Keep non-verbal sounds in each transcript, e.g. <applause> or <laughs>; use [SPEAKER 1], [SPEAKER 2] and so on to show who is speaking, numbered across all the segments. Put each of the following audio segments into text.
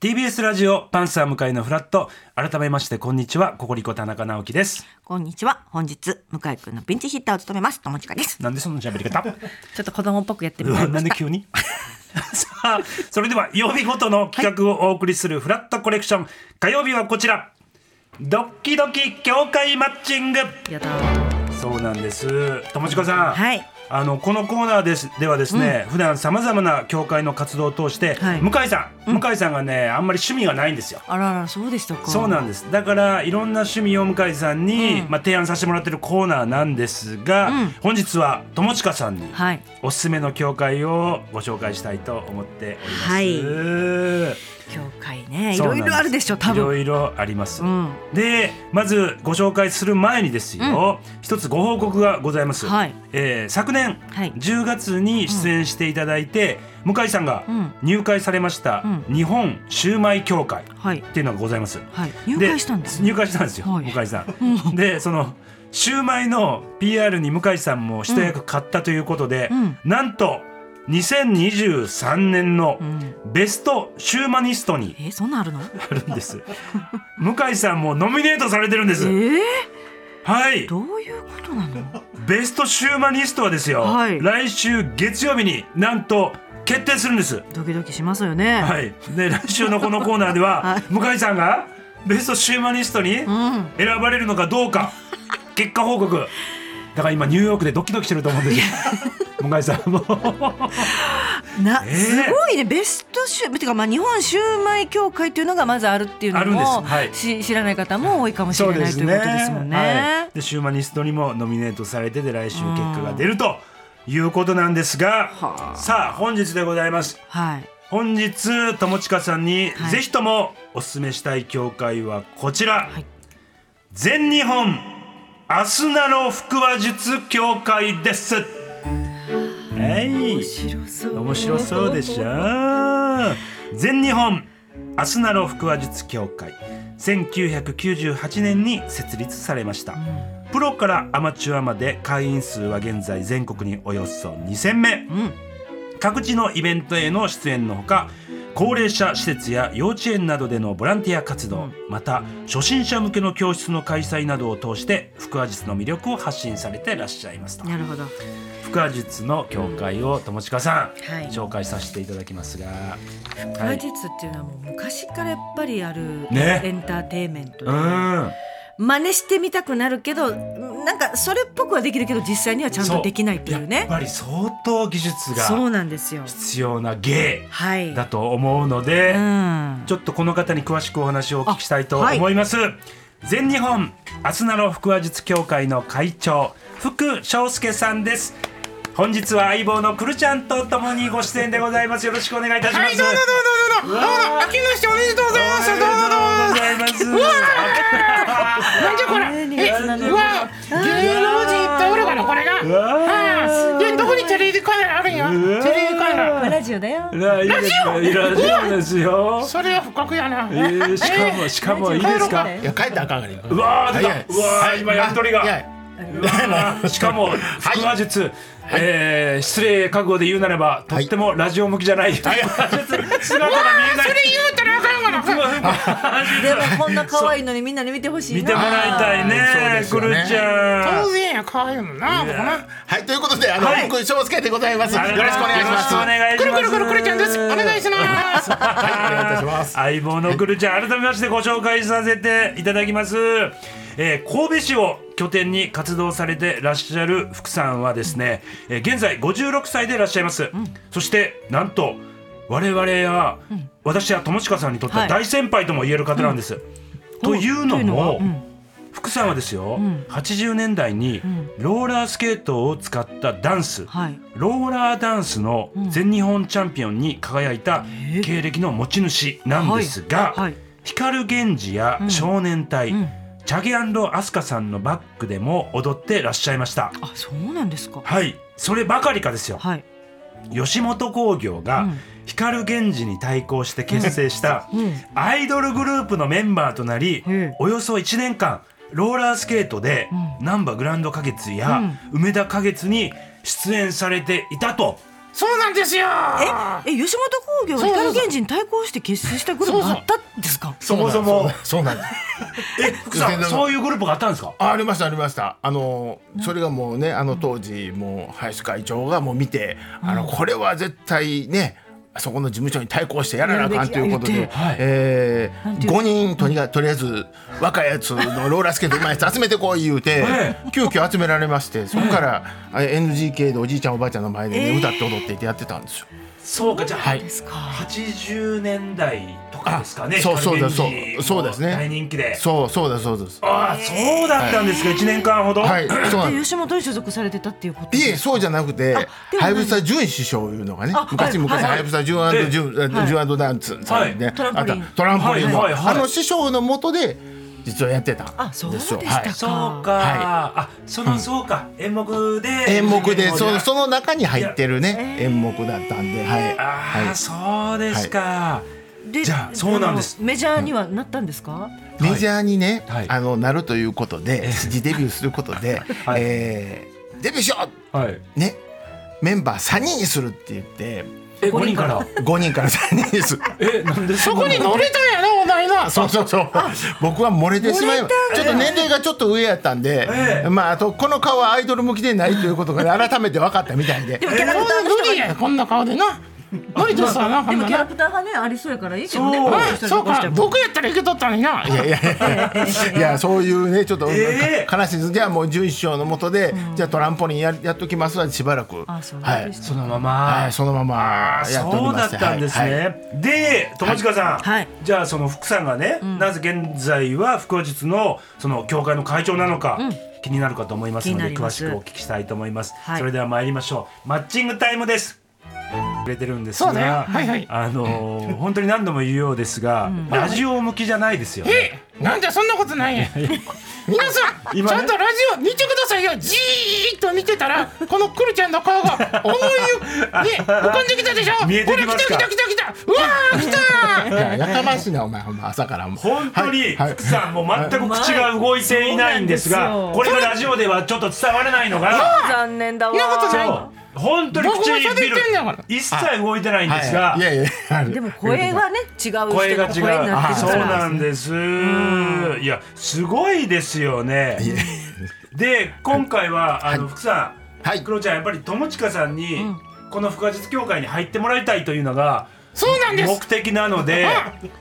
[SPEAKER 1] TBS ラジオパンサー向井のフラット改めましてこんにちはココリコ田中直樹です
[SPEAKER 2] こんにちは。本日、向井くんのピンチヒッターを務めます。友近です。
[SPEAKER 1] なんでその喋り
[SPEAKER 2] <laughs>
[SPEAKER 1] 方
[SPEAKER 2] ちょっと子供っぽくやって
[SPEAKER 1] う
[SPEAKER 2] みた
[SPEAKER 1] わ
[SPEAKER 2] い
[SPEAKER 1] なん
[SPEAKER 2] まし
[SPEAKER 1] で
[SPEAKER 2] た。
[SPEAKER 1] 急
[SPEAKER 2] <laughs>
[SPEAKER 1] にさあそれでは曜日ごとの企画をお送りするフラットコレクション、火曜日はこちらドッキドキ協会マッチング
[SPEAKER 2] やだ。
[SPEAKER 1] そうなんです友近さん、
[SPEAKER 2] はい
[SPEAKER 1] あのこのコーナーですではですね、普段さまざまな協会の活動を通して、
[SPEAKER 2] はい
[SPEAKER 1] 向井さん、向井さんがねあんまり趣味がないんですよ
[SPEAKER 2] あらら、そうでしたか。
[SPEAKER 1] そうなん
[SPEAKER 2] で
[SPEAKER 1] ですだからいろんな趣味を向井さんに、まあ、提案させてもらってるコーナーなんですが、
[SPEAKER 2] うん
[SPEAKER 1] 本日は友近さんに
[SPEAKER 2] はい。
[SPEAKER 1] おすすめの教会をご紹介したいと思っております。
[SPEAKER 2] はい
[SPEAKER 1] い
[SPEAKER 2] 教会ね、いろいろあるでしょ、多
[SPEAKER 1] いろ
[SPEAKER 2] 分。
[SPEAKER 1] いろあります。
[SPEAKER 2] うん。
[SPEAKER 1] でまずご紹介する前にですよ、一つご報告がございます、
[SPEAKER 2] はい
[SPEAKER 1] えー昨年
[SPEAKER 2] はい
[SPEAKER 1] 10月に出演していただいて、向井さんが
[SPEAKER 2] うん
[SPEAKER 1] 入会されました
[SPEAKER 2] う
[SPEAKER 1] 日本シューマイ協会っ
[SPEAKER 2] はい。
[SPEAKER 1] ていうのがございます。
[SPEAKER 2] はい。入会したんですね。
[SPEAKER 1] 入会したんですよ、
[SPEAKER 2] はい
[SPEAKER 1] 向井さ
[SPEAKER 2] <laughs>
[SPEAKER 1] ん。でそのシューマイの PR に向井さんも一役買ったということで、
[SPEAKER 2] うん
[SPEAKER 1] なんと2023年の
[SPEAKER 2] うん。
[SPEAKER 1] ベストシューマニストに
[SPEAKER 2] えー、そんなんあるの
[SPEAKER 1] なるん
[SPEAKER 2] <laughs>
[SPEAKER 1] です。向井さんもノミネートされてるんで
[SPEAKER 2] え
[SPEAKER 1] す。
[SPEAKER 2] ー、
[SPEAKER 1] はい、
[SPEAKER 2] どういうことなの
[SPEAKER 1] ベストシューマニストはですよ、
[SPEAKER 2] はい
[SPEAKER 1] 来週月曜日になんと決定するんです。
[SPEAKER 2] ドキドキしますよね。
[SPEAKER 1] はい、で来週のこのコーナーでは、
[SPEAKER 2] <laughs> はい
[SPEAKER 1] 向井さんがベストシューマニストに選
[SPEAKER 2] うん。
[SPEAKER 1] ばれるのかどうか、結果報告だから今ニューヨークでドキドキしてると思うんですよ
[SPEAKER 2] <laughs>
[SPEAKER 1] 向井さんも
[SPEAKER 2] な、
[SPEAKER 1] えー
[SPEAKER 2] すごいねベストシューてかまあ日本シューマイ協会というのがまずあるっていうの
[SPEAKER 1] あるんです
[SPEAKER 2] も、
[SPEAKER 1] はい
[SPEAKER 2] し知らない方も多いかもしれない、ということですもんね。
[SPEAKER 1] はい、でシューマニストにもノミネートされてで来週結果が出るということなんですが、
[SPEAKER 2] はあ
[SPEAKER 1] さあ本日でございます
[SPEAKER 2] はい。
[SPEAKER 1] 本日友近さんに、
[SPEAKER 2] はい
[SPEAKER 1] ぜひともおすすめしたい教会はこちら、
[SPEAKER 2] はい
[SPEAKER 1] 全日本アスナロ腹話術協会ですはい
[SPEAKER 2] 白そう
[SPEAKER 1] 面白そうでしょ全日本アスナロ腹話術協会1998年に設立されました、プロからアマチュアまで会員数は現在全国におよそ2000名
[SPEAKER 2] うん。
[SPEAKER 1] 各地のイベントへの出演のほか高齢者施設や幼稚園などでのボランティア活動、また初心者向けの教室の開催などを通して腹話術の魅力を発信されてらっしゃいますと
[SPEAKER 2] なるほど。
[SPEAKER 1] 腹話術の教会を友近さん、
[SPEAKER 2] はい
[SPEAKER 1] 紹介させていただきますが、は
[SPEAKER 2] 腹
[SPEAKER 1] い、
[SPEAKER 2] 術っていうのはもう昔からやっぱりある
[SPEAKER 1] ね
[SPEAKER 2] エンターテインメント
[SPEAKER 1] う
[SPEAKER 2] で、
[SPEAKER 1] ん
[SPEAKER 2] 真似してみたくなるけどなんかそれっぽくはできるけど実際にはちゃん
[SPEAKER 1] そ
[SPEAKER 2] とできないっていう
[SPEAKER 1] やっ
[SPEAKER 2] ね
[SPEAKER 1] ぱり相当技術
[SPEAKER 2] そう
[SPEAKER 1] が
[SPEAKER 2] なんですよ
[SPEAKER 1] 必要な芸
[SPEAKER 2] はい
[SPEAKER 1] だと思うので、
[SPEAKER 2] うん
[SPEAKER 1] ちょっとこの方に詳しくお話をお聞きしたいと思います、全日本アスナロ腹話術協会の会長福翔介さんです本日は相棒のくるちゃんとともにご出演でございますよろしくお願いいたします、
[SPEAKER 3] はい、どうぞどうぞどうぞ。どうぞ、あけましておめでとうございます。どうぞどうぞ。
[SPEAKER 1] どうもございます
[SPEAKER 3] なんじゃこれ。え、うわ、芸能人っておるかな、これが。
[SPEAKER 1] うわ
[SPEAKER 3] ああ、で、どこにテレビカメラあるんや。
[SPEAKER 1] うわ
[SPEAKER 3] テレビカメラ。
[SPEAKER 2] ラジオだよ
[SPEAKER 1] ーラジオラジオですよ
[SPEAKER 3] それは不覚やな。
[SPEAKER 1] えー、しかもしかもいいですか
[SPEAKER 3] いや、帰ったらあかんがね。
[SPEAKER 1] うわー出
[SPEAKER 3] は
[SPEAKER 1] た
[SPEAKER 3] いう
[SPEAKER 1] わー今やりとりが
[SPEAKER 3] いや
[SPEAKER 1] しかも腹話術、えー失礼覚悟で言うならばとってもラジオ向きじゃない、腹話術姿が見えない
[SPEAKER 3] それ言うたらあかんがな。
[SPEAKER 2] でもこんな可愛いのにみんなに見てほしいな
[SPEAKER 1] 見てもらいたい
[SPEAKER 4] そう
[SPEAKER 1] ね
[SPEAKER 4] です
[SPEAKER 1] く
[SPEAKER 4] よ
[SPEAKER 1] る
[SPEAKER 4] ね
[SPEAKER 1] ちゃん
[SPEAKER 3] 当然や、可愛いもんな。僕な
[SPEAKER 4] はい、ということで、あの、
[SPEAKER 1] はい
[SPEAKER 4] 福井翔介でございます。よろしくお願いします。はい、
[SPEAKER 1] よろし
[SPEAKER 3] く
[SPEAKER 1] くお願いします
[SPEAKER 3] るくるくるくるちゃんです。お願いします。
[SPEAKER 4] お願いいたします。
[SPEAKER 1] 相棒のくるちゃん改めましてご紹介させていただきます、えー神戸市を拠点に活動されてらっしゃる福さんはですね、えー現在56歳でいらっしゃいます、そしてなんと我々や、私や友近さんにとっては
[SPEAKER 2] はい
[SPEAKER 1] 大先輩とも言える方なんです、というのも、
[SPEAKER 2] というのは
[SPEAKER 1] 福さんはですよ、80年代にローラースケートを使ったダンス、
[SPEAKER 2] はい
[SPEAKER 1] ローラーダンスの全日本チャンピオンに輝いた経歴の持ち主なんですが、
[SPEAKER 2] はいはい
[SPEAKER 1] 光源氏や少年隊、
[SPEAKER 2] ん
[SPEAKER 1] チャゲアスカさんのバックでも踊ってらっしゃいました。
[SPEAKER 2] あそうなんですか
[SPEAKER 1] はい、そればかりかですよ。
[SPEAKER 2] はい
[SPEAKER 1] 吉本興業が
[SPEAKER 2] うん
[SPEAKER 1] 光源氏に対抗して結成した
[SPEAKER 2] うんうん
[SPEAKER 1] アイドルグループのメンバーとなり
[SPEAKER 2] うん
[SPEAKER 1] およそ1年間ローラースケートで難波グランド花月や梅田花月に出演されていたと
[SPEAKER 3] そうなんですよ
[SPEAKER 2] ええ吉本興業が光源氏に対抗して結成したグループだったんですか
[SPEAKER 1] そもそも
[SPEAKER 4] そうなんです
[SPEAKER 1] え福さ
[SPEAKER 4] 全
[SPEAKER 1] ん
[SPEAKER 4] 然
[SPEAKER 1] そういうグループがあったんですか
[SPEAKER 4] あありましたありましたあのそれがもうねあの当時もう林会長がもう見てあのこれは絶対ねそこの事務所に対抗してやらなあかんということ
[SPEAKER 2] やる
[SPEAKER 4] で
[SPEAKER 1] きや言
[SPEAKER 2] べ
[SPEAKER 1] うてはい
[SPEAKER 4] え
[SPEAKER 2] なんて
[SPEAKER 4] ー
[SPEAKER 2] いう
[SPEAKER 4] 5人とにかくとりあえず若いやつのローラースケートうまいやつ集めてこい言うて
[SPEAKER 1] え
[SPEAKER 4] 急遽集められましてそこからあ NGK でおじいちゃんおばあちゃんの前で
[SPEAKER 2] え
[SPEAKER 4] ね
[SPEAKER 2] ー
[SPEAKER 4] 歌って踊っていてやってたんですよ。
[SPEAKER 1] そうかじゃあ
[SPEAKER 4] はい
[SPEAKER 2] ですか
[SPEAKER 1] 80年代とかですかね
[SPEAKER 4] あそうそうだ
[SPEAKER 1] 光源氏
[SPEAKER 4] そうそうですね
[SPEAKER 1] 大人気で
[SPEAKER 4] そうそうですそうです。
[SPEAKER 1] ああそうだったんですか1年間ほど
[SPEAKER 4] はいそうなんです
[SPEAKER 2] で吉本に所属されてたっていうこと
[SPEAKER 4] いえそうじゃなくて
[SPEAKER 2] ではない
[SPEAKER 4] はやぶさ淳首相いうのがね
[SPEAKER 2] あ
[SPEAKER 4] 昔々
[SPEAKER 2] はいはい
[SPEAKER 4] はやぶさ淳
[SPEAKER 1] ええ
[SPEAKER 4] 淳淳ダンツさんで
[SPEAKER 1] は
[SPEAKER 4] ね
[SPEAKER 2] いトランポ
[SPEAKER 4] あ
[SPEAKER 2] リ
[SPEAKER 4] と
[SPEAKER 2] ン
[SPEAKER 4] トランポリンも
[SPEAKER 1] はいはいは
[SPEAKER 4] あ
[SPEAKER 1] い
[SPEAKER 4] の師匠のもとで実はやってた
[SPEAKER 2] あそ
[SPEAKER 4] ん
[SPEAKER 2] う
[SPEAKER 4] で
[SPEAKER 2] でし
[SPEAKER 4] す
[SPEAKER 2] た
[SPEAKER 4] よ。
[SPEAKER 2] か、
[SPEAKER 4] はい
[SPEAKER 1] そうか、
[SPEAKER 4] はい
[SPEAKER 1] あその、そうか演目で
[SPEAKER 4] 演目でそのそ
[SPEAKER 1] の
[SPEAKER 4] の中に入ってるね演目だったんではい
[SPEAKER 1] ああ、
[SPEAKER 4] は
[SPEAKER 1] そうですか、
[SPEAKER 2] で
[SPEAKER 1] じゃあそうなんです
[SPEAKER 2] あのメジャーにはなったんですか、
[SPEAKER 4] いメジャーにね
[SPEAKER 1] はい
[SPEAKER 4] あのなるということで次デビューすること
[SPEAKER 2] <laughs>
[SPEAKER 4] で
[SPEAKER 1] はい
[SPEAKER 4] えーデビューしよ
[SPEAKER 1] はい。
[SPEAKER 4] うねメンバー3人にするって言って
[SPEAKER 1] え、五人から。
[SPEAKER 4] 5人から3人にする。
[SPEAKER 1] え、なんで
[SPEAKER 4] そこに乗れたんやなお前なそうそうそう僕は漏れてしまいまちょっと年齢がちょっと上やったんで、
[SPEAKER 1] ええ
[SPEAKER 4] まああとこの顔はアイドル向きでないというこ
[SPEAKER 1] <laughs>
[SPEAKER 4] とが改めて分かったみたいで
[SPEAKER 2] でもキャラクターの
[SPEAKER 3] 無
[SPEAKER 2] 人
[SPEAKER 3] 理やこんな顔でな無理ですわなほ
[SPEAKER 2] で
[SPEAKER 3] ん
[SPEAKER 2] も
[SPEAKER 3] ま
[SPEAKER 2] キャラ
[SPEAKER 3] な
[SPEAKER 2] クター派ねありそうやからいいけどね
[SPEAKER 1] そう
[SPEAKER 2] この
[SPEAKER 3] うん
[SPEAKER 2] 人に
[SPEAKER 3] そう
[SPEAKER 2] 残し
[SPEAKER 3] か
[SPEAKER 2] ても
[SPEAKER 3] 僕やったらいけとったのにない
[SPEAKER 4] やいやいやいやそういうねちょっと、
[SPEAKER 1] ええ
[SPEAKER 4] か悲しいですじゃあもう準師匠のもとで、じゃあトランポリンややっときますわしばらく
[SPEAKER 2] あそう
[SPEAKER 4] は
[SPEAKER 2] なん
[SPEAKER 4] い
[SPEAKER 2] で、す
[SPEAKER 1] そのまま。
[SPEAKER 4] はい、そのまま
[SPEAKER 1] あ
[SPEAKER 4] やっており
[SPEAKER 1] そう
[SPEAKER 4] ま
[SPEAKER 1] だっ
[SPEAKER 4] して
[SPEAKER 1] たんですね。
[SPEAKER 4] はいはい
[SPEAKER 1] で、友近さん、
[SPEAKER 2] はい
[SPEAKER 1] じゃあその福さんがね、なぜ現在は福日のその教会の会長なのか。気になるかと思いますの
[SPEAKER 2] 気にな
[SPEAKER 1] で
[SPEAKER 2] り
[SPEAKER 1] 詳
[SPEAKER 2] ま
[SPEAKER 1] し
[SPEAKER 2] す
[SPEAKER 1] くお聞きしたいと思います、
[SPEAKER 2] はい
[SPEAKER 1] それでは参りましょうマッチングタイムですくれてるんです
[SPEAKER 3] そ
[SPEAKER 1] が、
[SPEAKER 3] うだよはいはい
[SPEAKER 1] あの
[SPEAKER 2] <laughs>
[SPEAKER 1] ー本当に何度も言うようですが、ラジオ向きじゃないですよね
[SPEAKER 3] えなんでそんなことないんや皆さん、
[SPEAKER 1] 今
[SPEAKER 3] ち
[SPEAKER 1] ね
[SPEAKER 3] ゃんとラジオ見てくださいよじーっと見てたらこのくるちゃんの顔が思い浮,、ね、浮かんできたでしょ
[SPEAKER 1] 見えてきますか
[SPEAKER 3] ほら来た来た来た来たうわー来た
[SPEAKER 4] い
[SPEAKER 1] <laughs>
[SPEAKER 4] ややかましいなお前ほんま朝からもう
[SPEAKER 1] 本当に
[SPEAKER 4] はいはい
[SPEAKER 1] 福さんもう全く口が動いていないんです
[SPEAKER 2] そうなん
[SPEAKER 1] が
[SPEAKER 2] ですよ
[SPEAKER 1] これがラジオではちょっと伝わらないのが
[SPEAKER 2] <laughs> 残念だわ
[SPEAKER 3] そんなことない
[SPEAKER 1] そう本当に口ビル
[SPEAKER 3] 僕も喋ってんだから
[SPEAKER 1] 一切動いてないんですが
[SPEAKER 4] はい、いやいやいや
[SPEAKER 2] でも声はね違う人の
[SPEAKER 1] 声が違う
[SPEAKER 2] 声になってる
[SPEAKER 1] そう
[SPEAKER 2] か
[SPEAKER 1] な
[SPEAKER 2] ら
[SPEAKER 1] んですいやすごいですよね
[SPEAKER 4] いや
[SPEAKER 1] で今回はあの福さん、
[SPEAKER 4] はい
[SPEAKER 1] クロちゃんやっぱり友近さんに、この福和術協会に入ってもらいたいというのが
[SPEAKER 3] そうなんで
[SPEAKER 1] 目
[SPEAKER 3] す
[SPEAKER 1] 的なので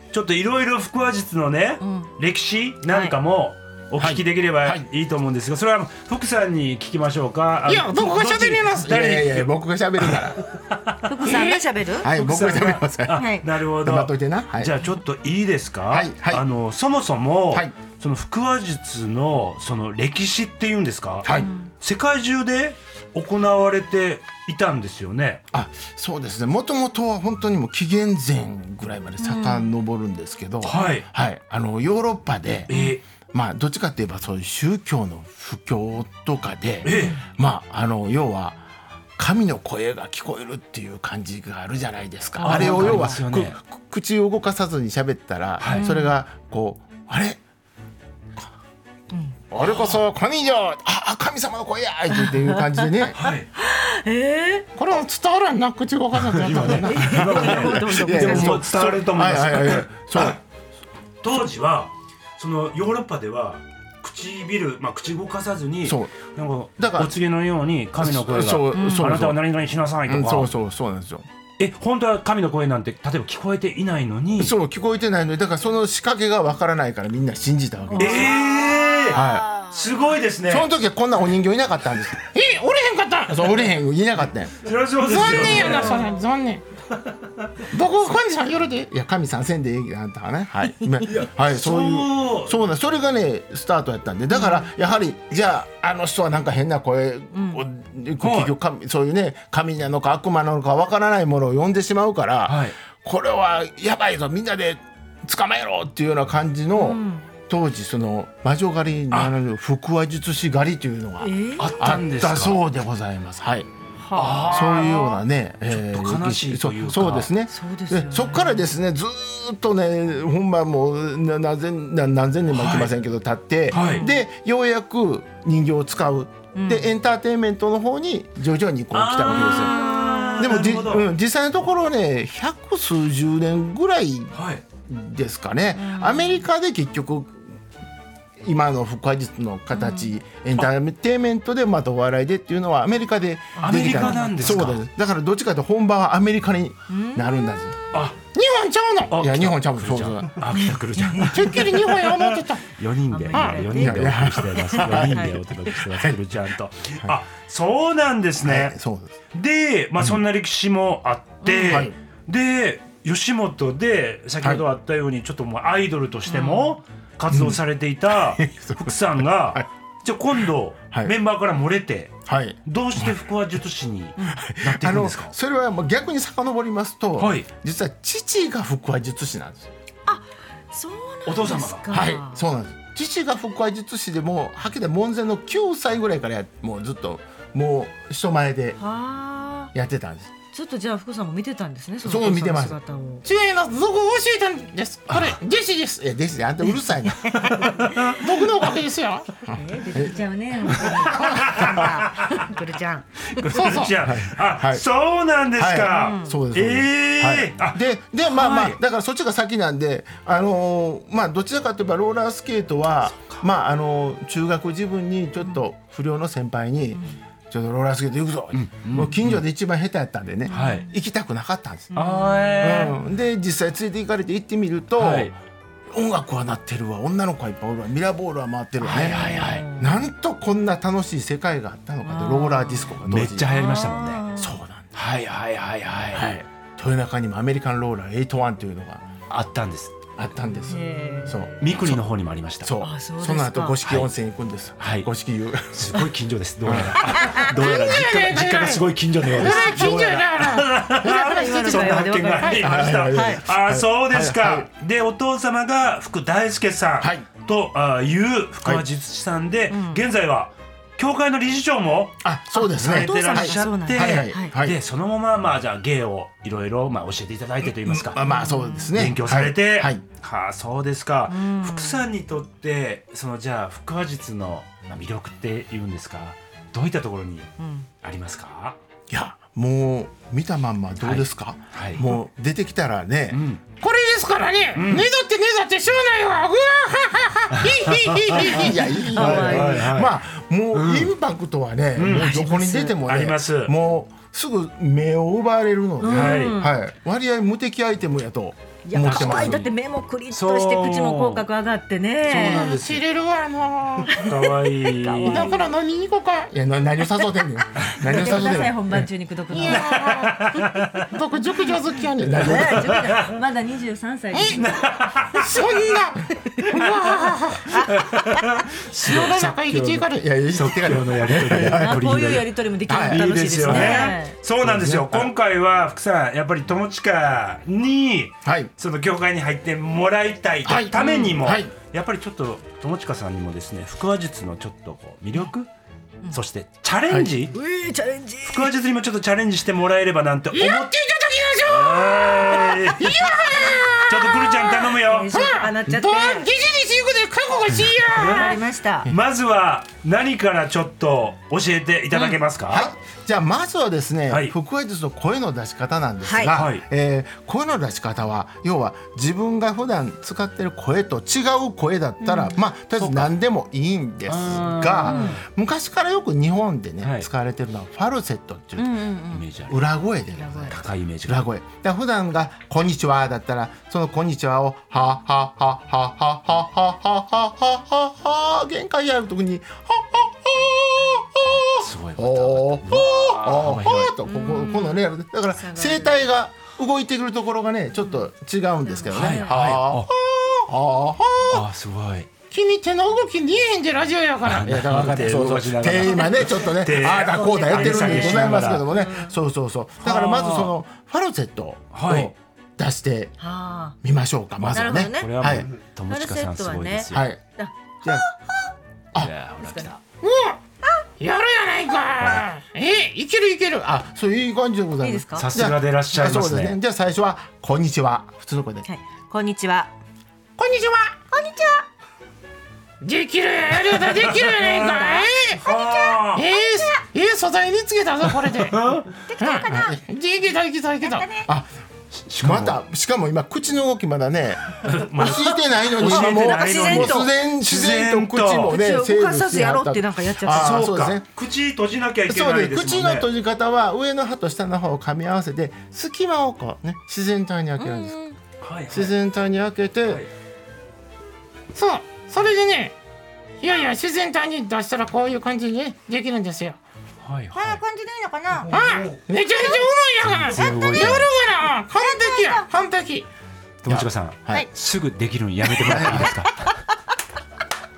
[SPEAKER 3] う
[SPEAKER 1] ちょっといろいろ福和術のね、歴史なんかもお聞きできれば
[SPEAKER 4] はいはい
[SPEAKER 1] いいと思うんですがそれは福さんに聞きましょうかあの
[SPEAKER 3] いや僕が喋ります
[SPEAKER 1] どっち誰に
[SPEAKER 4] いやいや僕が喋るから
[SPEAKER 2] 福さんが喋る、
[SPEAKER 4] はい、僕が食べます。
[SPEAKER 1] あ
[SPEAKER 4] は
[SPEAKER 2] はい
[SPEAKER 1] なるほ
[SPEAKER 4] い、黙
[SPEAKER 1] ど
[SPEAKER 4] っといてな。はい、
[SPEAKER 1] じゃあちょっといいですか、
[SPEAKER 4] はいはい
[SPEAKER 1] あのそもそも、
[SPEAKER 4] はい
[SPEAKER 1] その腹話術のその歴史っていうんですか、
[SPEAKER 4] はい
[SPEAKER 1] 世界中で行われていたんですよね。
[SPEAKER 4] あ、そうですね。もともとは本当にもう紀元前ぐらいまで遡るんですけど、
[SPEAKER 1] はい
[SPEAKER 4] はい、あのヨーロッパで、
[SPEAKER 1] え
[SPEAKER 4] まあどっちかといえばそういう宗教の布教とかで、
[SPEAKER 1] え
[SPEAKER 4] まああの要は神の声が聞こえるっていう感じがあるじゃないですか。
[SPEAKER 1] あー
[SPEAKER 4] あれを要
[SPEAKER 1] わかり
[SPEAKER 4] は、
[SPEAKER 1] ますよね
[SPEAKER 4] くく口を動かさずに喋ったら、
[SPEAKER 1] はい
[SPEAKER 4] それがこうあれ。あれこそ神よああ神様の声やっていう感じでね
[SPEAKER 1] はい、
[SPEAKER 2] え
[SPEAKER 3] これは伝わらんな口動かさずやったらな
[SPEAKER 2] ー、
[SPEAKER 1] やいやそう伝わると思います
[SPEAKER 4] はははいそう
[SPEAKER 1] 当時はそのヨーロッパでは唇、まあ、口動かさずに
[SPEAKER 4] そう
[SPEAKER 1] なんか
[SPEAKER 4] だから
[SPEAKER 1] お告げのように神の声が
[SPEAKER 4] そうそうそう
[SPEAKER 1] あなたは何々しなさいと
[SPEAKER 4] うん
[SPEAKER 1] か、
[SPEAKER 4] そうそうそうなんですよ。
[SPEAKER 1] え本当は神の声なんて例えば聞こえていないのに
[SPEAKER 4] そう聞こえてないのにだからその仕掛けがわからないからみんな信じたわけ
[SPEAKER 1] え
[SPEAKER 4] です。
[SPEAKER 1] え
[SPEAKER 4] は
[SPEAKER 1] すごいですね
[SPEAKER 4] い。その時はこんなお人形いなかったんです。
[SPEAKER 3] え折れへんかった
[SPEAKER 4] そう売れへんいなかったんや。
[SPEAKER 1] <laughs> それはそうですよ
[SPEAKER 3] 残念
[SPEAKER 1] ね
[SPEAKER 3] やなそれ残念僕神さん夜で
[SPEAKER 4] いや神さんせんでええあんたはねはい、今はい、そう
[SPEAKER 1] そ
[SPEAKER 4] いううそうなんそれがねスタートやったんでだからやはりじゃああの人はなんか変な声を、結局神そういうね神なのか悪魔なのかわからないものを呼んでしまうから、
[SPEAKER 1] はい
[SPEAKER 4] これはやばいぞみんなで捕まえろっていうような感じの、当時その魔女狩りになられる腹話術師狩りというのが
[SPEAKER 2] えー
[SPEAKER 1] あったんですか
[SPEAKER 4] あったそうでございます。はい
[SPEAKER 2] はあ
[SPEAKER 4] そういうようなね、え
[SPEAKER 1] ちょっと悲しいというか
[SPEAKER 4] そうそうですね。
[SPEAKER 2] そうですよね
[SPEAKER 4] でそっからですね、ずーっとね、ほんまもうな何千な何千年もいきませんけど、経って、
[SPEAKER 1] はい
[SPEAKER 4] でようやく人形を使う。でエンターテインメントの方に徐々にこう来たわけですよ。でもじ、
[SPEAKER 1] なるほど
[SPEAKER 4] うん、実際のところね百数十年ぐらい
[SPEAKER 1] はい
[SPEAKER 4] ですかね、アメリカで結局今の腹話術の形、エンターテインメントでまたお笑いでっていうのはアメリカで
[SPEAKER 1] あ
[SPEAKER 4] できた
[SPEAKER 1] アメリカなんですか
[SPEAKER 4] そうだだからどっちかというと本場はアメリカになるんだぜ、
[SPEAKER 1] あ
[SPEAKER 3] 日本ちゃうの
[SPEAKER 1] あ
[SPEAKER 4] いや
[SPEAKER 1] 来た
[SPEAKER 4] 日本ちゃんも
[SPEAKER 1] 来るじゃ
[SPEAKER 4] そうそうん
[SPEAKER 1] あ来た来るじゃん
[SPEAKER 3] てっきり日本や思ってた
[SPEAKER 1] 4人で、
[SPEAKER 2] あ
[SPEAKER 1] 4人でお届けしてます4人でお届けしてます来るちゃんとあそうなんですね、
[SPEAKER 4] はいそうです
[SPEAKER 1] で、まあ、そんな歴史もあって、
[SPEAKER 4] うんはい
[SPEAKER 1] で吉本で先ほどあったようにちょっともうアイドルとしても活動されていた
[SPEAKER 4] <laughs>
[SPEAKER 1] 福さんが、じゃあ今度、
[SPEAKER 4] はい
[SPEAKER 1] メンバーから漏れて
[SPEAKER 4] はい
[SPEAKER 1] どうして福は術師になっていくん
[SPEAKER 4] あ
[SPEAKER 1] で
[SPEAKER 4] の
[SPEAKER 1] すか
[SPEAKER 4] それはもう逆に遡りますと、
[SPEAKER 1] はい
[SPEAKER 4] 実は父が腹話術師なんです
[SPEAKER 2] そう
[SPEAKER 1] お
[SPEAKER 2] な
[SPEAKER 1] 父
[SPEAKER 2] んで
[SPEAKER 1] 様
[SPEAKER 2] すか
[SPEAKER 1] が
[SPEAKER 4] はい、そうなんです。父が腹話術師でもうはっきり言って門前の9歳ぐらいからやもうずっともう人前で
[SPEAKER 2] はあ
[SPEAKER 4] やってたんです。
[SPEAKER 2] ちょっとじゃあ福さんも見てたんですねそ
[SPEAKER 4] そう見てます
[SPEAKER 2] お父さんの姿を
[SPEAKER 3] 知恵の道具を教えたんですこ
[SPEAKER 1] <laughs>
[SPEAKER 3] れ弟子です
[SPEAKER 4] え、弟子であんたうるさいな。
[SPEAKER 3] 僕のおかげですよ
[SPEAKER 2] えー出てきちゃうね本当にくるちゃん
[SPEAKER 3] そうそ
[SPEAKER 1] <laughs>
[SPEAKER 3] う
[SPEAKER 1] じゃああ、
[SPEAKER 4] はい
[SPEAKER 1] そうなんですか、
[SPEAKER 4] はい、そうです。そうで
[SPEAKER 1] <laughs>
[SPEAKER 4] す
[SPEAKER 1] えー
[SPEAKER 4] は
[SPEAKER 1] あ
[SPEAKER 4] い、ででまあまあ、
[SPEAKER 1] はい
[SPEAKER 4] だからそっちが先なんであのーまあどちらかといえばローラースケートはまああのー中学時分にちょっと不良の先輩に、ちょっとローラースケート行くぞ、もう近所で一番下手やったんでね、
[SPEAKER 1] はい
[SPEAKER 4] 行きたくなかったんです、
[SPEAKER 1] あーえー
[SPEAKER 4] うん、で実際連れて行かれて行ってみると、
[SPEAKER 1] はい
[SPEAKER 4] 音楽は鳴ってるわ女の子はいっぱいおるわミラーボールは回ってるわね、
[SPEAKER 1] はいはい
[SPEAKER 4] なんとこんな楽しい世界があったのか
[SPEAKER 2] あ
[SPEAKER 4] と
[SPEAKER 2] ー
[SPEAKER 4] ローラーディスコが当時
[SPEAKER 1] めっちゃ流行りましたもんね
[SPEAKER 2] あー
[SPEAKER 4] そうなんです
[SPEAKER 1] はいはいはいはい、はい、
[SPEAKER 4] 豊中にもアメリカンローラー81というのが
[SPEAKER 1] あったんです
[SPEAKER 4] あったんです
[SPEAKER 2] へー
[SPEAKER 4] そう
[SPEAKER 1] 三国の方にもありました
[SPEAKER 4] そう
[SPEAKER 2] あそうですか
[SPEAKER 4] その後五色温泉行くんです
[SPEAKER 1] はい
[SPEAKER 4] 五色湯
[SPEAKER 1] すごい近所です。どうやら。どうやら実家が実家がすごい近所のようで
[SPEAKER 3] 裏
[SPEAKER 1] す。
[SPEAKER 3] 近所や
[SPEAKER 2] <laughs> う
[SPEAKER 1] そんな発見がありました。
[SPEAKER 4] はいはい
[SPEAKER 1] ああ、そうですか。
[SPEAKER 4] はいは
[SPEAKER 1] で、お父様が福大輔さん、
[SPEAKER 4] はい
[SPEAKER 1] とあーいう福和実師さんで、現在は教会の理事長も。
[SPEAKER 4] あそうです
[SPEAKER 1] され
[SPEAKER 4] ね
[SPEAKER 1] てらっ
[SPEAKER 4] はい
[SPEAKER 1] しゃ
[SPEAKER 2] お父様
[SPEAKER 1] っ
[SPEAKER 2] が
[SPEAKER 1] て、
[SPEAKER 2] そうなん
[SPEAKER 4] はいはい
[SPEAKER 2] はい
[SPEAKER 4] はい
[SPEAKER 1] でそのまままあじゃあ芸をいろいろまあ教えていただいてと言いますか、
[SPEAKER 4] まあまあそうですね
[SPEAKER 1] 勉強されて、
[SPEAKER 4] はいはい
[SPEAKER 1] はあそうですか、福さんにとってそのじゃあ福和術のまあ魅力っていうんですかどういったところにありますか、
[SPEAKER 4] いやもう見たまんまどうですか
[SPEAKER 1] はいはい
[SPEAKER 4] もう出てきたらね
[SPEAKER 1] うん、
[SPEAKER 3] これですからね、ねだってねだってしょうないわうわはは
[SPEAKER 4] <laughs>
[SPEAKER 3] はひひひ
[SPEAKER 4] い
[SPEAKER 3] ひ
[SPEAKER 4] やいいよ、
[SPEAKER 2] はい
[SPEAKER 1] はいはい
[SPEAKER 4] まあもうインパクトはね、もうどこに出てもね
[SPEAKER 1] あります
[SPEAKER 4] もうすぐ目を奪われるので、
[SPEAKER 1] はい
[SPEAKER 4] はい、割合無敵アイテムやと
[SPEAKER 2] いや
[SPEAKER 4] 思って
[SPEAKER 2] 可
[SPEAKER 4] ま
[SPEAKER 2] 愛
[SPEAKER 4] す
[SPEAKER 2] いだって目もクリッとして
[SPEAKER 1] そう
[SPEAKER 2] 口も口角上がってね
[SPEAKER 1] そうなんです
[SPEAKER 3] 知れるわも
[SPEAKER 1] かわいい。
[SPEAKER 3] うだから飲みに行こうか
[SPEAKER 4] いやな何を誘っ
[SPEAKER 3] <laughs>
[SPEAKER 4] てんねん何
[SPEAKER 2] やっ
[SPEAKER 4] を誘
[SPEAKER 2] てくだ
[SPEAKER 4] ってん
[SPEAKER 2] さ
[SPEAKER 4] ね
[SPEAKER 2] い
[SPEAKER 4] ん
[SPEAKER 2] 本番中に口説くの
[SPEAKER 3] い
[SPEAKER 2] ね
[SPEAKER 3] やー僕熟女好きやねんそんな
[SPEAKER 2] えちょっとねまだ23歳です
[SPEAKER 3] うわ世の中生きていかれ
[SPEAKER 4] いやいやいや
[SPEAKER 1] 今日のやりとりが
[SPEAKER 2] あ
[SPEAKER 1] 取
[SPEAKER 2] こういうや
[SPEAKER 1] り
[SPEAKER 2] りとりもできるの
[SPEAKER 4] は
[SPEAKER 1] い
[SPEAKER 4] い
[SPEAKER 1] い
[SPEAKER 2] 楽しい
[SPEAKER 1] で
[SPEAKER 2] ですす
[SPEAKER 1] よ
[SPEAKER 2] ね
[SPEAKER 1] ね。そうなんですよ。
[SPEAKER 4] そうですね
[SPEAKER 1] 今回は福さんやっぱり友近に
[SPEAKER 4] はい
[SPEAKER 1] その業界に入ってもらいたい
[SPEAKER 4] はい
[SPEAKER 1] ためにも
[SPEAKER 4] うんはい
[SPEAKER 1] やっぱりちょっと友近さんにもですね腹話術のちょっとこう魅力そしてチャレンジ
[SPEAKER 2] うえーチャレンジ
[SPEAKER 1] 腹話術にもちょっとチャレンジしてもらえればなんて思っ
[SPEAKER 3] やっていただきましょう
[SPEAKER 1] はいちょっとくるちゃん頼むよ。
[SPEAKER 2] テンション上がっちゃって
[SPEAKER 3] ドーンギシギシ行くで覚悟しい
[SPEAKER 2] わか
[SPEAKER 3] や
[SPEAKER 2] りました
[SPEAKER 1] まずは何からちょっと教えていただけますか。
[SPEAKER 4] はい、じゃあまずはですね、
[SPEAKER 1] はい
[SPEAKER 4] 腹話術の声の出し方なんですが、
[SPEAKER 1] はいはい
[SPEAKER 4] えー声の出し方は要は自分が普段使ってる声と違う声だったら、まあとりあえず何でもいいんですが昔からよく日本でね、
[SPEAKER 1] はい
[SPEAKER 4] 使われてるのはファルセットっていう、
[SPEAKER 1] イメージある。
[SPEAKER 4] 裏声でございます
[SPEAKER 1] 高いイメージが。
[SPEAKER 4] 裏声だから普段が「こんにちは」だったらその「こんにちは」を「はははははははははははは限界やるときに「はははは
[SPEAKER 1] すごい。
[SPEAKER 4] おーおーお
[SPEAKER 1] 幅
[SPEAKER 4] ー
[SPEAKER 1] 広い
[SPEAKER 4] とこここのねだから
[SPEAKER 2] 下がる
[SPEAKER 4] 声帯が動いてくるところがねちょっと違うんですけどね。
[SPEAKER 1] はいはい
[SPEAKER 4] はあはあはあ
[SPEAKER 1] あ、すごい。
[SPEAKER 3] 君手の動き見えへんでラジオやから
[SPEAKER 4] いやだから分かっ
[SPEAKER 1] 手
[SPEAKER 4] たそ
[SPEAKER 1] 動
[SPEAKER 4] うそう
[SPEAKER 1] かしながら
[SPEAKER 4] 手今ねちょっとね
[SPEAKER 1] 手
[SPEAKER 4] ああだこうだやってるんでございますけどもねそうそうそうだからまずそのファルセットを
[SPEAKER 1] はい
[SPEAKER 4] 出して
[SPEAKER 2] は
[SPEAKER 4] 見ましょうかまずは
[SPEAKER 2] な
[SPEAKER 4] ね
[SPEAKER 2] るほどね
[SPEAKER 1] これは
[SPEAKER 4] は
[SPEAKER 1] も
[SPEAKER 4] いう
[SPEAKER 1] 友近さんすごいですよ。。
[SPEAKER 4] はいい
[SPEAKER 2] ああ
[SPEAKER 1] い
[SPEAKER 4] じゃあ
[SPEAKER 1] やほら来た。
[SPEAKER 3] やるやないかえいけるいけるあ
[SPEAKER 4] あそういういい感じでございます
[SPEAKER 2] いいですか
[SPEAKER 1] さすがでいらっしゃいますね
[SPEAKER 4] あそうですじゃあ最初はこんにちは普通の声で
[SPEAKER 2] はいこんにちは
[SPEAKER 3] こんにちは
[SPEAKER 2] こんにちは
[SPEAKER 3] できるやり方できるやないか
[SPEAKER 4] <laughs>
[SPEAKER 3] い
[SPEAKER 1] あー
[SPEAKER 3] えー、えー、素材につけたぞこ <laughs> れでできたかなできたできたできた
[SPEAKER 4] あまたしかも今口の動きまだ
[SPEAKER 1] <laughs>
[SPEAKER 4] ね教えてないのに
[SPEAKER 1] 教え
[SPEAKER 4] 今
[SPEAKER 1] て
[SPEAKER 4] もう
[SPEAKER 1] ないのに
[SPEAKER 4] もう自然自然と
[SPEAKER 1] 自
[SPEAKER 4] 口
[SPEAKER 1] 然と
[SPEAKER 4] もね
[SPEAKER 2] 口を
[SPEAKER 4] セー
[SPEAKER 2] 動か
[SPEAKER 4] ブ
[SPEAKER 2] さず
[SPEAKER 4] し
[SPEAKER 2] や
[SPEAKER 4] は
[SPEAKER 2] ろ
[SPEAKER 4] っ
[SPEAKER 2] う
[SPEAKER 4] た
[SPEAKER 2] ってなんかやっちゃっ
[SPEAKER 4] あー
[SPEAKER 1] そう
[SPEAKER 4] そうで
[SPEAKER 1] か
[SPEAKER 4] すね
[SPEAKER 1] 口閉じなきゃいけ
[SPEAKER 4] そう
[SPEAKER 1] な
[SPEAKER 4] で
[SPEAKER 1] いですすも
[SPEAKER 4] 口
[SPEAKER 1] ん
[SPEAKER 4] の
[SPEAKER 1] ね
[SPEAKER 4] 閉じ方は上の歯と下の歯を噛み合わせて隙間をこうね自然体に開けるんです
[SPEAKER 1] はいはい
[SPEAKER 4] 自然体に開けて、
[SPEAKER 1] い
[SPEAKER 3] そうそれでねいやいや自然体に出したらこういう感じにねできるんですよ
[SPEAKER 1] はい
[SPEAKER 5] こんな感じでいいのかな
[SPEAKER 3] あめちゃめちゃうまいやんやるがな完璧や完璧
[SPEAKER 1] 友近さん、
[SPEAKER 4] はい
[SPEAKER 1] すぐできるのやめてもらっていいですか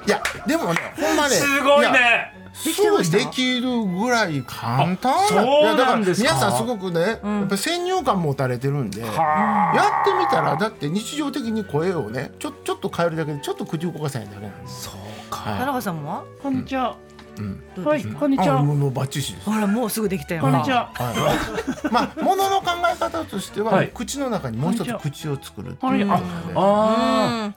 [SPEAKER 4] いやでもねほんま
[SPEAKER 1] <laughs>
[SPEAKER 4] ね
[SPEAKER 1] すごい
[SPEAKER 4] や
[SPEAKER 1] ね
[SPEAKER 4] すぐできるぐらい簡単
[SPEAKER 1] あそう
[SPEAKER 4] いやだ
[SPEAKER 1] なんですか
[SPEAKER 4] 皆さんすごくね、やっぱ先入観持たれてるんでや
[SPEAKER 1] は
[SPEAKER 4] ってみたらだって日常的に声をねちょちょっと変えるだけでちょっと口動かさないだけなんですそうか、
[SPEAKER 2] 田
[SPEAKER 4] は
[SPEAKER 2] 中さんも
[SPEAKER 3] こんにちは、
[SPEAKER 2] どう
[SPEAKER 3] は
[SPEAKER 2] で
[SPEAKER 3] い
[SPEAKER 2] すか
[SPEAKER 3] こんにち
[SPEAKER 4] い、あ
[SPEAKER 3] は
[SPEAKER 4] もうもうバッチリです
[SPEAKER 2] ほらもうすぐできたよ
[SPEAKER 3] こんにちは
[SPEAKER 4] はい、まあものの考え方としては、
[SPEAKER 1] はい
[SPEAKER 4] 口の中にもう一つ口を作るって
[SPEAKER 3] はい
[SPEAKER 4] いう
[SPEAKER 3] あ
[SPEAKER 1] あ
[SPEAKER 4] あ
[SPEAKER 1] あ
[SPEAKER 2] うん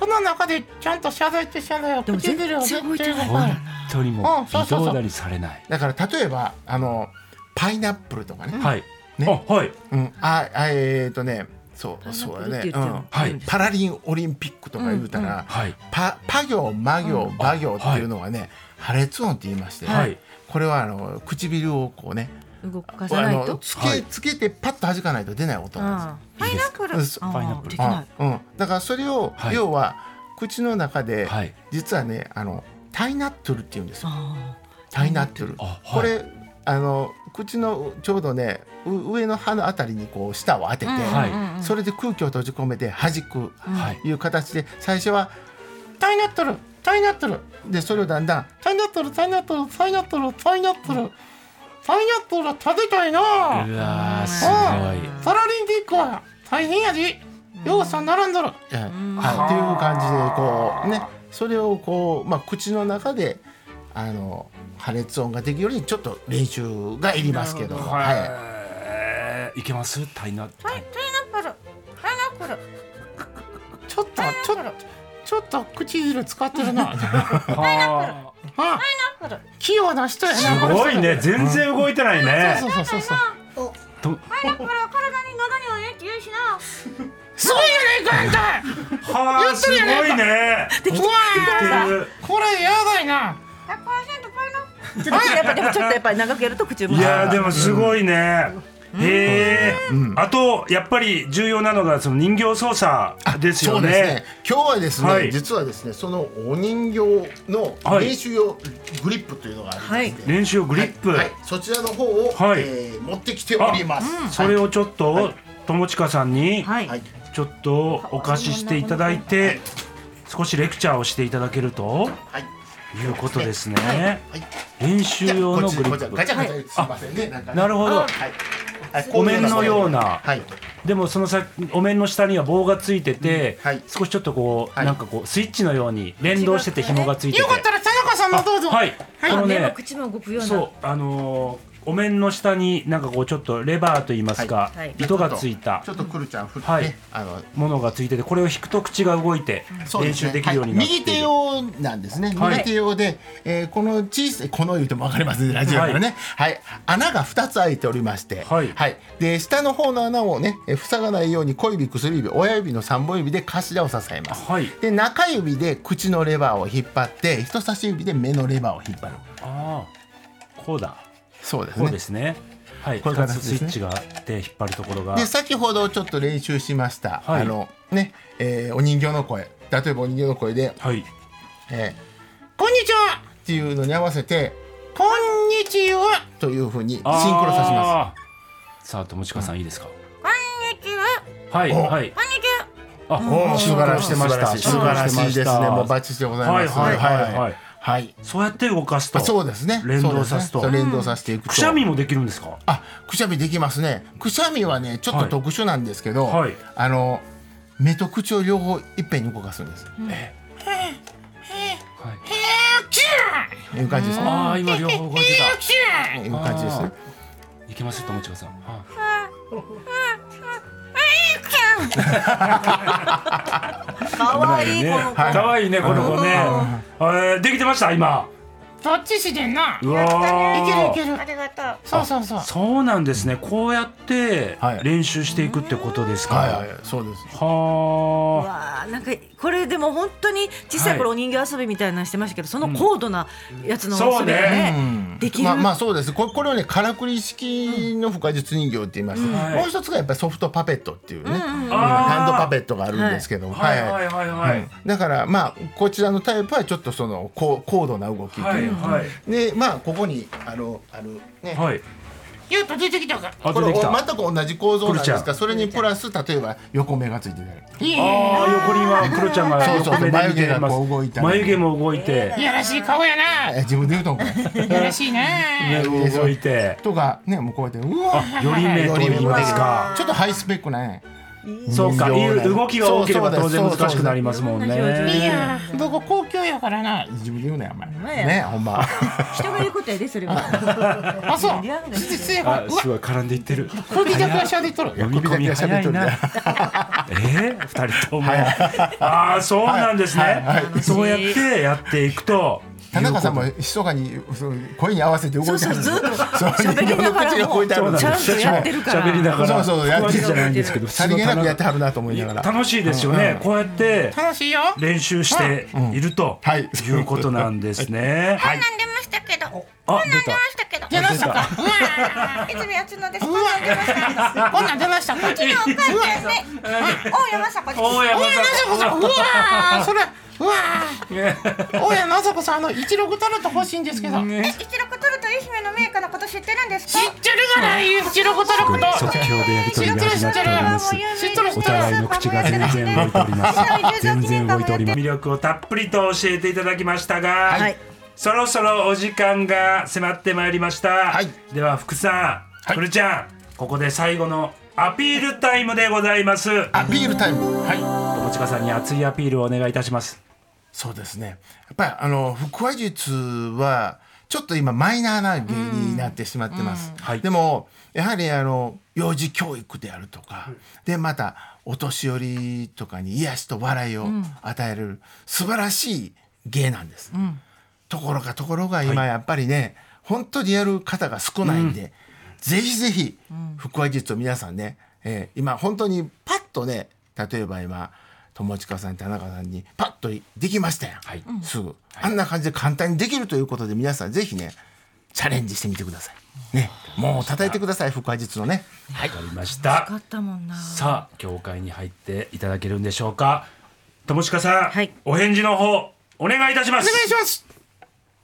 [SPEAKER 3] この中でちゃんと謝罪って謝罪を
[SPEAKER 2] でも
[SPEAKER 3] 口
[SPEAKER 2] 全
[SPEAKER 3] で
[SPEAKER 2] 然
[SPEAKER 3] る
[SPEAKER 2] 動いてない
[SPEAKER 3] は
[SPEAKER 2] か
[SPEAKER 3] い
[SPEAKER 2] らな
[SPEAKER 1] 本当にも
[SPEAKER 3] う
[SPEAKER 1] うん
[SPEAKER 3] そう
[SPEAKER 1] 微
[SPEAKER 3] そうそう
[SPEAKER 1] 動だりされない
[SPEAKER 4] だから例えばあのパイナップルとかね、
[SPEAKER 1] はい
[SPEAKER 4] ね
[SPEAKER 1] あはい
[SPEAKER 4] うん、ああえー、とねそうそうだね、
[SPEAKER 2] パイナップルって言って
[SPEAKER 4] う
[SPEAKER 2] る
[SPEAKER 4] ん
[SPEAKER 1] はい
[SPEAKER 4] パラリンオリンピックとか言うたら、
[SPEAKER 1] はい
[SPEAKER 4] パパ行マ行馬行っていうのがね、破裂音って言いまして、
[SPEAKER 1] はい
[SPEAKER 4] これはあの唇をこうね
[SPEAKER 2] 動かさ
[SPEAKER 4] あ
[SPEAKER 2] ない
[SPEAKER 4] の
[SPEAKER 2] と
[SPEAKER 4] つけ,、
[SPEAKER 1] はい
[SPEAKER 4] つけてパッと弾かないと出ない音なん
[SPEAKER 2] あ
[SPEAKER 5] パイナップル
[SPEAKER 4] ですよ。うんそ
[SPEAKER 2] あ
[SPEAKER 1] パイナップル
[SPEAKER 2] でき
[SPEAKER 4] あ
[SPEAKER 2] な
[SPEAKER 4] うん、だからそれを、
[SPEAKER 1] はい
[SPEAKER 4] 要は口の中で、
[SPEAKER 1] はい
[SPEAKER 4] 実はねあのタイナットルっていうんですよ
[SPEAKER 2] あ
[SPEAKER 4] タイナットル。
[SPEAKER 1] あはい
[SPEAKER 4] これあの口のちょうどねう上の歯のあたりにこう舌を当てて、
[SPEAKER 1] はい
[SPEAKER 4] それで空気を閉じ込めて弾く
[SPEAKER 1] はい
[SPEAKER 4] いう形で最初は
[SPEAKER 3] タイナットルタイナットル
[SPEAKER 4] でそれをだんだん
[SPEAKER 3] タイナットルタイナットルタイナットルタイナットルタイナットル食べたいな
[SPEAKER 1] うわーすごい
[SPEAKER 3] パラリンピックは大変やでようさん並んどる
[SPEAKER 4] ええはい、っていう感じでこうねそれをこう、まあ、口の中であの破裂音ができるようにちょっと練習がいりますけどは
[SPEAKER 1] はいいけますタイナタイ
[SPEAKER 5] パイナップルパイナップル
[SPEAKER 3] ちょっとちょっとちょっと唇使ってるな
[SPEAKER 1] は
[SPEAKER 3] あ
[SPEAKER 4] <laughs>
[SPEAKER 3] 器用な人やな
[SPEAKER 1] ーすごいね全然動いてないね
[SPEAKER 3] そうそうそうそう
[SPEAKER 1] と
[SPEAKER 5] パイナップルは体に喉にもいいって言うしな
[SPEAKER 3] すごいやないか <laughs> あん
[SPEAKER 1] はーすごいね
[SPEAKER 3] たうわ
[SPEAKER 1] やってる
[SPEAKER 3] ーこれやばいな
[SPEAKER 5] 100%パイナップル
[SPEAKER 2] あちょっとやっぱでもちょっとやっぱり長くやると口動か
[SPEAKER 1] い
[SPEAKER 2] さない
[SPEAKER 1] やーでもすごいね。へえ、あとやっぱり重要なのがその人形操作
[SPEAKER 4] い。
[SPEAKER 1] ですよ
[SPEAKER 4] そうですね
[SPEAKER 1] ね。。
[SPEAKER 4] 今日はですね、
[SPEAKER 1] はい
[SPEAKER 4] 実はですね、そのお人形の
[SPEAKER 1] はい
[SPEAKER 4] 練習用グリップというのがありまして、
[SPEAKER 1] 練習グリップ、
[SPEAKER 4] はいはいそちらの方を、
[SPEAKER 1] はい
[SPEAKER 4] えー持ってきております。はい
[SPEAKER 1] それをちょっと友近さんに
[SPEAKER 2] はい
[SPEAKER 4] はい
[SPEAKER 1] ちょっとお貸ししていただいて、少しレクチャーをしていただけると
[SPEAKER 4] はい
[SPEAKER 1] いうことですね。
[SPEAKER 4] はい。
[SPEAKER 1] 練習
[SPEAKER 4] じゃあ
[SPEAKER 1] 用
[SPEAKER 4] こ
[SPEAKER 1] の
[SPEAKER 4] っち
[SPEAKER 1] グリ
[SPEAKER 4] こっち
[SPEAKER 1] ッ
[SPEAKER 4] ガ
[SPEAKER 1] プ。
[SPEAKER 4] チャガチャ言ってすいませんね。なんかね
[SPEAKER 1] なるほど。
[SPEAKER 4] はいはい。
[SPEAKER 1] お面のような
[SPEAKER 4] はい。
[SPEAKER 1] でもその先お面の下には棒がついてて、
[SPEAKER 4] うんはい
[SPEAKER 1] 少しちょっとこう、
[SPEAKER 4] はい
[SPEAKER 1] なんかこうスイッチのように連動してて紐がついてて。
[SPEAKER 3] よかったら田中さんもどうぞ
[SPEAKER 1] はい。この
[SPEAKER 2] 目
[SPEAKER 1] ね
[SPEAKER 2] も。口も動くような
[SPEAKER 1] そうあのーお面の下になんかこうちょっとレバーといいますか、
[SPEAKER 2] はいはい
[SPEAKER 1] 糸がついた
[SPEAKER 4] ちょっとくるちゃん振って、
[SPEAKER 1] はい
[SPEAKER 4] あの
[SPEAKER 1] ものがついててこれを引くと口が動いて
[SPEAKER 4] そう
[SPEAKER 1] 練
[SPEAKER 4] すね
[SPEAKER 1] 習できるようになっ
[SPEAKER 4] はい
[SPEAKER 1] てい
[SPEAKER 4] 右手
[SPEAKER 1] る、
[SPEAKER 4] 用なんですね、
[SPEAKER 1] はい
[SPEAKER 4] 右手用で、えーこの小さいこの言うても分かりますねラジオからね、はい穴が2つ開いておりまして、
[SPEAKER 1] はい
[SPEAKER 4] で下の方の穴をねえー塞がないように小指薬指親指の3本指で頭を支えます、
[SPEAKER 1] はい
[SPEAKER 4] で中指で口のレバーを引っ張って人差し指で目のレバーを引っ張る
[SPEAKER 1] ああこうだ
[SPEAKER 4] そうです
[SPEAKER 1] こう
[SPEAKER 4] ね
[SPEAKER 1] ですねはい
[SPEAKER 4] こういう
[SPEAKER 1] 2
[SPEAKER 4] 形
[SPEAKER 1] つ
[SPEAKER 4] です
[SPEAKER 1] ス
[SPEAKER 4] ね
[SPEAKER 1] イッチがあって引っ張るところが
[SPEAKER 4] で先ほどちょっと練習しました、
[SPEAKER 1] はい
[SPEAKER 4] あのね、えーお人形の声例えばお人形の声で、
[SPEAKER 1] はい
[SPEAKER 4] えー
[SPEAKER 3] こんにちは
[SPEAKER 4] っていうのに合わせて
[SPEAKER 3] こんにちは
[SPEAKER 4] というふうにシンクロさせます
[SPEAKER 1] さあ友近さんいいですか、
[SPEAKER 5] こんにちは
[SPEAKER 1] はい
[SPEAKER 4] お
[SPEAKER 1] はい
[SPEAKER 5] こんにち
[SPEAKER 1] あ
[SPEAKER 5] は
[SPEAKER 4] おー素晴らしい
[SPEAKER 1] シンクロしてました
[SPEAKER 4] 素晴らしいですね。もうバッチリでございます。
[SPEAKER 1] はいはいはい
[SPEAKER 4] はい。はい
[SPEAKER 1] そうやって動かすと
[SPEAKER 4] あそうですね。
[SPEAKER 1] 連動させと
[SPEAKER 4] そうですね連動させていくと。
[SPEAKER 1] くしゃみもできるんですか
[SPEAKER 4] あ、くしゃみできますね。くしゃみはね、ちょっ
[SPEAKER 1] は
[SPEAKER 4] と
[SPEAKER 1] い
[SPEAKER 4] 特殊なんですけど、
[SPEAKER 1] はい
[SPEAKER 4] あの目と口を両方いっぺんに動かすんです。
[SPEAKER 1] はい
[SPEAKER 4] いう感じですね。
[SPEAKER 1] ああ今両方動いてた
[SPEAKER 4] いう感じですね。
[SPEAKER 1] いけます友近さんはい
[SPEAKER 5] いいくちゃん
[SPEAKER 2] 可愛いこの子。
[SPEAKER 4] はい
[SPEAKER 1] 可愛いねこの子ねえーできてました今
[SPEAKER 3] タッチしてんな
[SPEAKER 1] うわー
[SPEAKER 3] いけるいける
[SPEAKER 5] ありがとう
[SPEAKER 3] そうそうそう
[SPEAKER 1] そうなんですねこうやって
[SPEAKER 4] はい
[SPEAKER 1] 練習していくってことですか
[SPEAKER 4] はいはいそうです
[SPEAKER 1] はあ
[SPEAKER 2] わあなんかこれでも本当に小さい頃お人形遊びみたいなのしてましたけど、その高度なやつの遊びがね,、できる、
[SPEAKER 4] まあ、まあそうですここれをねからくり式の腹話術人形って言いまして、
[SPEAKER 1] はい
[SPEAKER 4] もう一つがやっぱりソフトパペットっていうね、う
[SPEAKER 1] あ
[SPEAKER 4] ん
[SPEAKER 1] ー
[SPEAKER 4] ハンドパペットがあるんですけど、
[SPEAKER 1] はいはいはいはい
[SPEAKER 4] うんだからまあこちらのタイプはちょっとその高高度な動きと
[SPEAKER 1] はいいう
[SPEAKER 4] か、
[SPEAKER 1] はい
[SPEAKER 4] でまあここにあのあるね、
[SPEAKER 1] はい
[SPEAKER 3] ゆうと出てきたか
[SPEAKER 1] あ
[SPEAKER 4] こ
[SPEAKER 1] 出て
[SPEAKER 4] れ
[SPEAKER 1] きた
[SPEAKER 4] お
[SPEAKER 1] あ
[SPEAKER 4] 全く同じ構造なんで
[SPEAKER 1] クル
[SPEAKER 4] す
[SPEAKER 1] ちゃ
[SPEAKER 4] がそれにプラス例えば横目がついてたり
[SPEAKER 3] いいね
[SPEAKER 1] あー横にはクロちゃんが
[SPEAKER 4] そうそう
[SPEAKER 1] 横目で見て
[SPEAKER 4] 眉毛が
[SPEAKER 1] ます
[SPEAKER 4] こう動いたり
[SPEAKER 1] 眉毛も動いて
[SPEAKER 3] いやらしい顔や
[SPEAKER 4] え
[SPEAKER 3] な
[SPEAKER 4] 自分で言うと思う
[SPEAKER 3] いやらしいね
[SPEAKER 1] 目も動いて
[SPEAKER 4] とかねもうこうやってうわ
[SPEAKER 1] 寄り目と言いますか
[SPEAKER 4] ちょっとハイスペックなね
[SPEAKER 1] そうか
[SPEAKER 4] 人形だ
[SPEAKER 1] いう動きが多ければ当然難しくなりますもん
[SPEAKER 2] そうそうそう
[SPEAKER 3] い
[SPEAKER 1] ね
[SPEAKER 3] や僕公共やからな
[SPEAKER 4] 自分で言うなよお前
[SPEAKER 2] 前
[SPEAKER 4] ねほんま
[SPEAKER 2] 人が言うことやでそれは
[SPEAKER 3] あそう
[SPEAKER 2] リアルだ
[SPEAKER 3] 失礼うわ
[SPEAKER 1] あすごい絡んでいってる
[SPEAKER 3] これで会社でとる
[SPEAKER 1] 呼び込み早いな。 <laughs> えー二人とも。ああ、そうなんですね。そうやってやっていくと。
[SPEAKER 4] 田中さんも密かにそう声に合わせて動いて
[SPEAKER 2] そうそう
[SPEAKER 4] はる
[SPEAKER 2] ずっと
[SPEAKER 4] そう
[SPEAKER 2] 喋りながらも
[SPEAKER 4] 人形の口が動いてある
[SPEAKER 2] ちゃんとやってるから
[SPEAKER 1] 喋りながら。
[SPEAKER 4] そうそうやっ
[SPEAKER 1] ここま
[SPEAKER 4] てる
[SPEAKER 1] でじゃないんですけど。
[SPEAKER 4] さりげなくやってはるなと思いながら
[SPEAKER 1] 楽しいですよね。こうやって
[SPEAKER 3] 楽しいよ
[SPEAKER 1] 練習していると
[SPEAKER 4] はい
[SPEAKER 1] いうことなんですね。はい。
[SPEAKER 5] なんでましたけどこ
[SPEAKER 1] あ、出
[SPEAKER 5] んなん出
[SPEAKER 1] た
[SPEAKER 5] ま。したけど
[SPEAKER 3] 出ましたかうわ
[SPEAKER 5] 泉やつのです
[SPEAKER 3] う
[SPEAKER 5] こん
[SPEAKER 3] わ
[SPEAKER 5] なん出ました
[SPEAKER 3] こんなん出ましたかうちの
[SPEAKER 5] お母ちゃんね大山さこです
[SPEAKER 1] 大山
[SPEAKER 3] う
[SPEAKER 1] さ
[SPEAKER 3] わ
[SPEAKER 1] ん。
[SPEAKER 3] ーそれうわー大家なさこさんあの一六取ると欲しいんですけど知っ
[SPEAKER 5] え一六トルト愛媛のメーカーのこと知ってるんですか
[SPEAKER 3] てるがない一六取ること
[SPEAKER 1] 即興でやりとりが始まっております。お互いの口が全然動いております。全然動いております。魅力をたっぷりと教えていただきましたが、
[SPEAKER 2] はい
[SPEAKER 1] そろそろお時間が迫ってまいりました。
[SPEAKER 4] い
[SPEAKER 1] では福さん、くるちゃん、ここで最後のアピールタイムでございます。
[SPEAKER 4] アピールタイムはい
[SPEAKER 1] 友近さんに熱いアピールをお願いいたします。
[SPEAKER 4] そうですねやっぱりあの腹話術はちょっと今マイナーな芸になってしまってます、
[SPEAKER 1] はい
[SPEAKER 4] でもやはりあの幼児教育であるとか、でまたお年寄りとかに癒しと笑いを与える、素晴らしい芸なんです、ところがところが今やっぱりね、本当にやる方が少ないんで、ぜひぜひ腹話術を皆さんね、えー今本当にパッとね例えば今友近さん田中さんにパッとできましたやん、
[SPEAKER 1] はい
[SPEAKER 4] すぐあんな感じで簡単にできるということで皆さんぜひねチャレンジしてみてください。ね、もう叩いてください腹話術のね。
[SPEAKER 1] わかりました。
[SPEAKER 2] かったもんな
[SPEAKER 1] さあ教会に入っていただけるんでしょうか。友近さん、
[SPEAKER 2] はい
[SPEAKER 1] お返事の方お願いいたします。
[SPEAKER 3] お願いします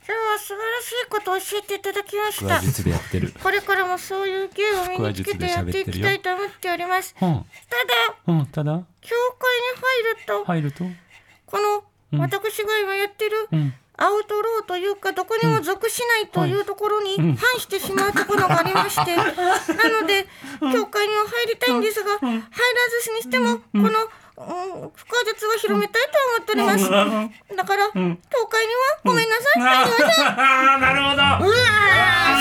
[SPEAKER 5] 今日は素晴らしいことを教えていただきました
[SPEAKER 6] 話術でやってる。
[SPEAKER 5] これからもそういう芸を身につけてやっていきたいと思っておりますた
[SPEAKER 6] う
[SPEAKER 5] だ
[SPEAKER 6] ん、うん、ただ
[SPEAKER 5] 教会に入ると
[SPEAKER 6] 入ると、
[SPEAKER 5] この私が今やってる
[SPEAKER 6] ん
[SPEAKER 5] アウトローというかどこにも属しないというところに反してしまうところがありま <laughs> してなので教会には入りたいんですが入らずにしてもこのうん不可術を広めたいと思っておりますだから教会にはごめんなさい
[SPEAKER 1] <laughs> あーなるほど。うわそうなのね。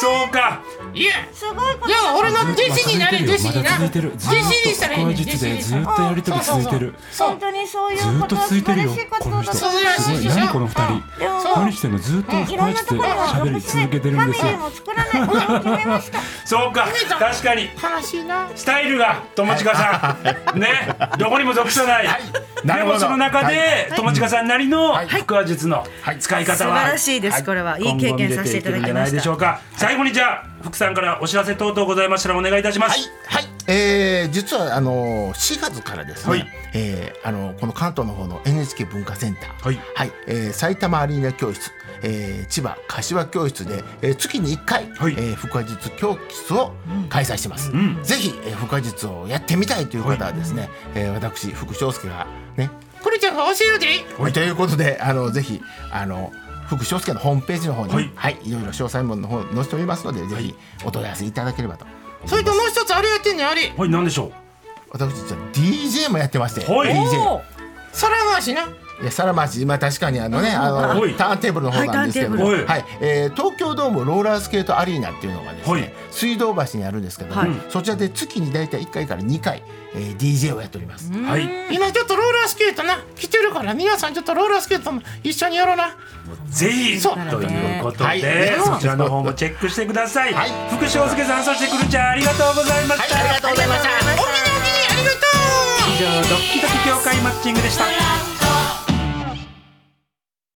[SPEAKER 1] そうか。
[SPEAKER 3] いや
[SPEAKER 5] すごいこと
[SPEAKER 3] じゃあ俺の弟子になれ弟子にな
[SPEAKER 6] ま
[SPEAKER 3] 弟
[SPEAKER 6] だ続いてる。ず
[SPEAKER 3] 子にしたらいいねん弟
[SPEAKER 6] 実
[SPEAKER 3] 子
[SPEAKER 6] で
[SPEAKER 3] に
[SPEAKER 6] ずっとやりとり続いてる。
[SPEAKER 3] そう
[SPEAKER 5] 本当にそうい
[SPEAKER 6] ず
[SPEAKER 5] う
[SPEAKER 6] ー
[SPEAKER 5] こ
[SPEAKER 6] っ
[SPEAKER 5] と
[SPEAKER 6] と
[SPEAKER 5] は
[SPEAKER 6] 続
[SPEAKER 5] 素
[SPEAKER 6] いて
[SPEAKER 5] 晴
[SPEAKER 6] る
[SPEAKER 5] ら
[SPEAKER 6] よ
[SPEAKER 5] しい。こと
[SPEAKER 6] こ
[SPEAKER 5] だ
[SPEAKER 6] の
[SPEAKER 5] と
[SPEAKER 6] 人。す
[SPEAKER 5] 思
[SPEAKER 6] ご
[SPEAKER 5] い
[SPEAKER 3] らしい
[SPEAKER 6] い。何この二人。
[SPEAKER 5] でも
[SPEAKER 6] 何してんのずっと
[SPEAKER 5] い
[SPEAKER 6] 腹
[SPEAKER 5] ろん
[SPEAKER 6] 話
[SPEAKER 5] なと
[SPEAKER 6] 術
[SPEAKER 5] こ
[SPEAKER 6] で
[SPEAKER 5] ろは
[SPEAKER 6] 喋り続けてるんです
[SPEAKER 5] ファミリー
[SPEAKER 6] よ。
[SPEAKER 5] も作らないと決めました
[SPEAKER 1] そうか。確かに
[SPEAKER 3] 悲しいな
[SPEAKER 1] スタイルが友近さんねどこにも属さない。
[SPEAKER 4] な
[SPEAKER 1] で
[SPEAKER 4] るほ
[SPEAKER 1] も
[SPEAKER 4] ど
[SPEAKER 1] その中で友近さんなりの腹話術の使い
[SPEAKER 2] 素
[SPEAKER 1] 方
[SPEAKER 2] 晴
[SPEAKER 1] は
[SPEAKER 2] らしいです、これはいい
[SPEAKER 1] 今後
[SPEAKER 2] 経
[SPEAKER 1] も出
[SPEAKER 2] 験させてい
[SPEAKER 1] いけ
[SPEAKER 2] た
[SPEAKER 1] る
[SPEAKER 2] だ
[SPEAKER 1] んじ
[SPEAKER 2] き
[SPEAKER 1] ゃな
[SPEAKER 2] ま
[SPEAKER 1] い
[SPEAKER 2] し
[SPEAKER 1] でしょ
[SPEAKER 2] た
[SPEAKER 1] うか。最後にじゃあ福さんからお知らせ等々ございましたらお願いいたしま
[SPEAKER 4] はい
[SPEAKER 1] す。、
[SPEAKER 4] はい、えー、実はあの4月からですね、
[SPEAKER 1] はい
[SPEAKER 4] えーあのこの関東の方の NHK 文化センター、
[SPEAKER 1] はい
[SPEAKER 4] えー埼玉アリーナ教室、えー千葉柏教室で、えー月に1回、
[SPEAKER 1] はい
[SPEAKER 4] えー腹話術教室を開催してます。ぜひ、えー、腹話術をやってみたいという方はですね、えー私福翔介がね、
[SPEAKER 3] クルちゃんが教えるで
[SPEAKER 4] ということであのぜひあの福翔介のホームページの方に、
[SPEAKER 1] は
[SPEAKER 4] はいい、い、ろいろ詳細もの方載せておりますので、ぜひお問い合わせいただければと。
[SPEAKER 3] それともう一つあれやってんねんあれ
[SPEAKER 1] はい何でしょう。
[SPEAKER 4] 私実は DJ もやってまして
[SPEAKER 1] はい
[SPEAKER 4] DJ
[SPEAKER 3] 皿回しな
[SPEAKER 4] いやサラマチ、まあ、確かにあのね、あ
[SPEAKER 1] は
[SPEAKER 4] の
[SPEAKER 1] い
[SPEAKER 4] ターンテーブルの方なんですけども、
[SPEAKER 1] は
[SPEAKER 4] はい
[SPEAKER 1] ターンテーブル
[SPEAKER 4] いえー東京ドームローラースケートアリーナっていうのがですね、
[SPEAKER 1] はい
[SPEAKER 4] 水道橋にあるんですけども、
[SPEAKER 2] はい
[SPEAKER 4] そちらで月に大体1回から2回、えー DJ をやっております。
[SPEAKER 1] はい
[SPEAKER 3] 今ちょっとローラースケートな来てるから皆さんちょっとローラースケートも一緒にやろうな
[SPEAKER 1] ぜひ
[SPEAKER 3] そう
[SPEAKER 1] ということで、
[SPEAKER 4] はい
[SPEAKER 1] そちらの方もチェックしてください、
[SPEAKER 4] はい
[SPEAKER 1] 福士介さんそしてくるちゃんありがとうございました、
[SPEAKER 4] はい、ありがとうございました。
[SPEAKER 3] おみにおみにありがとう
[SPEAKER 1] 以上ドッキドキ協会マッチングでした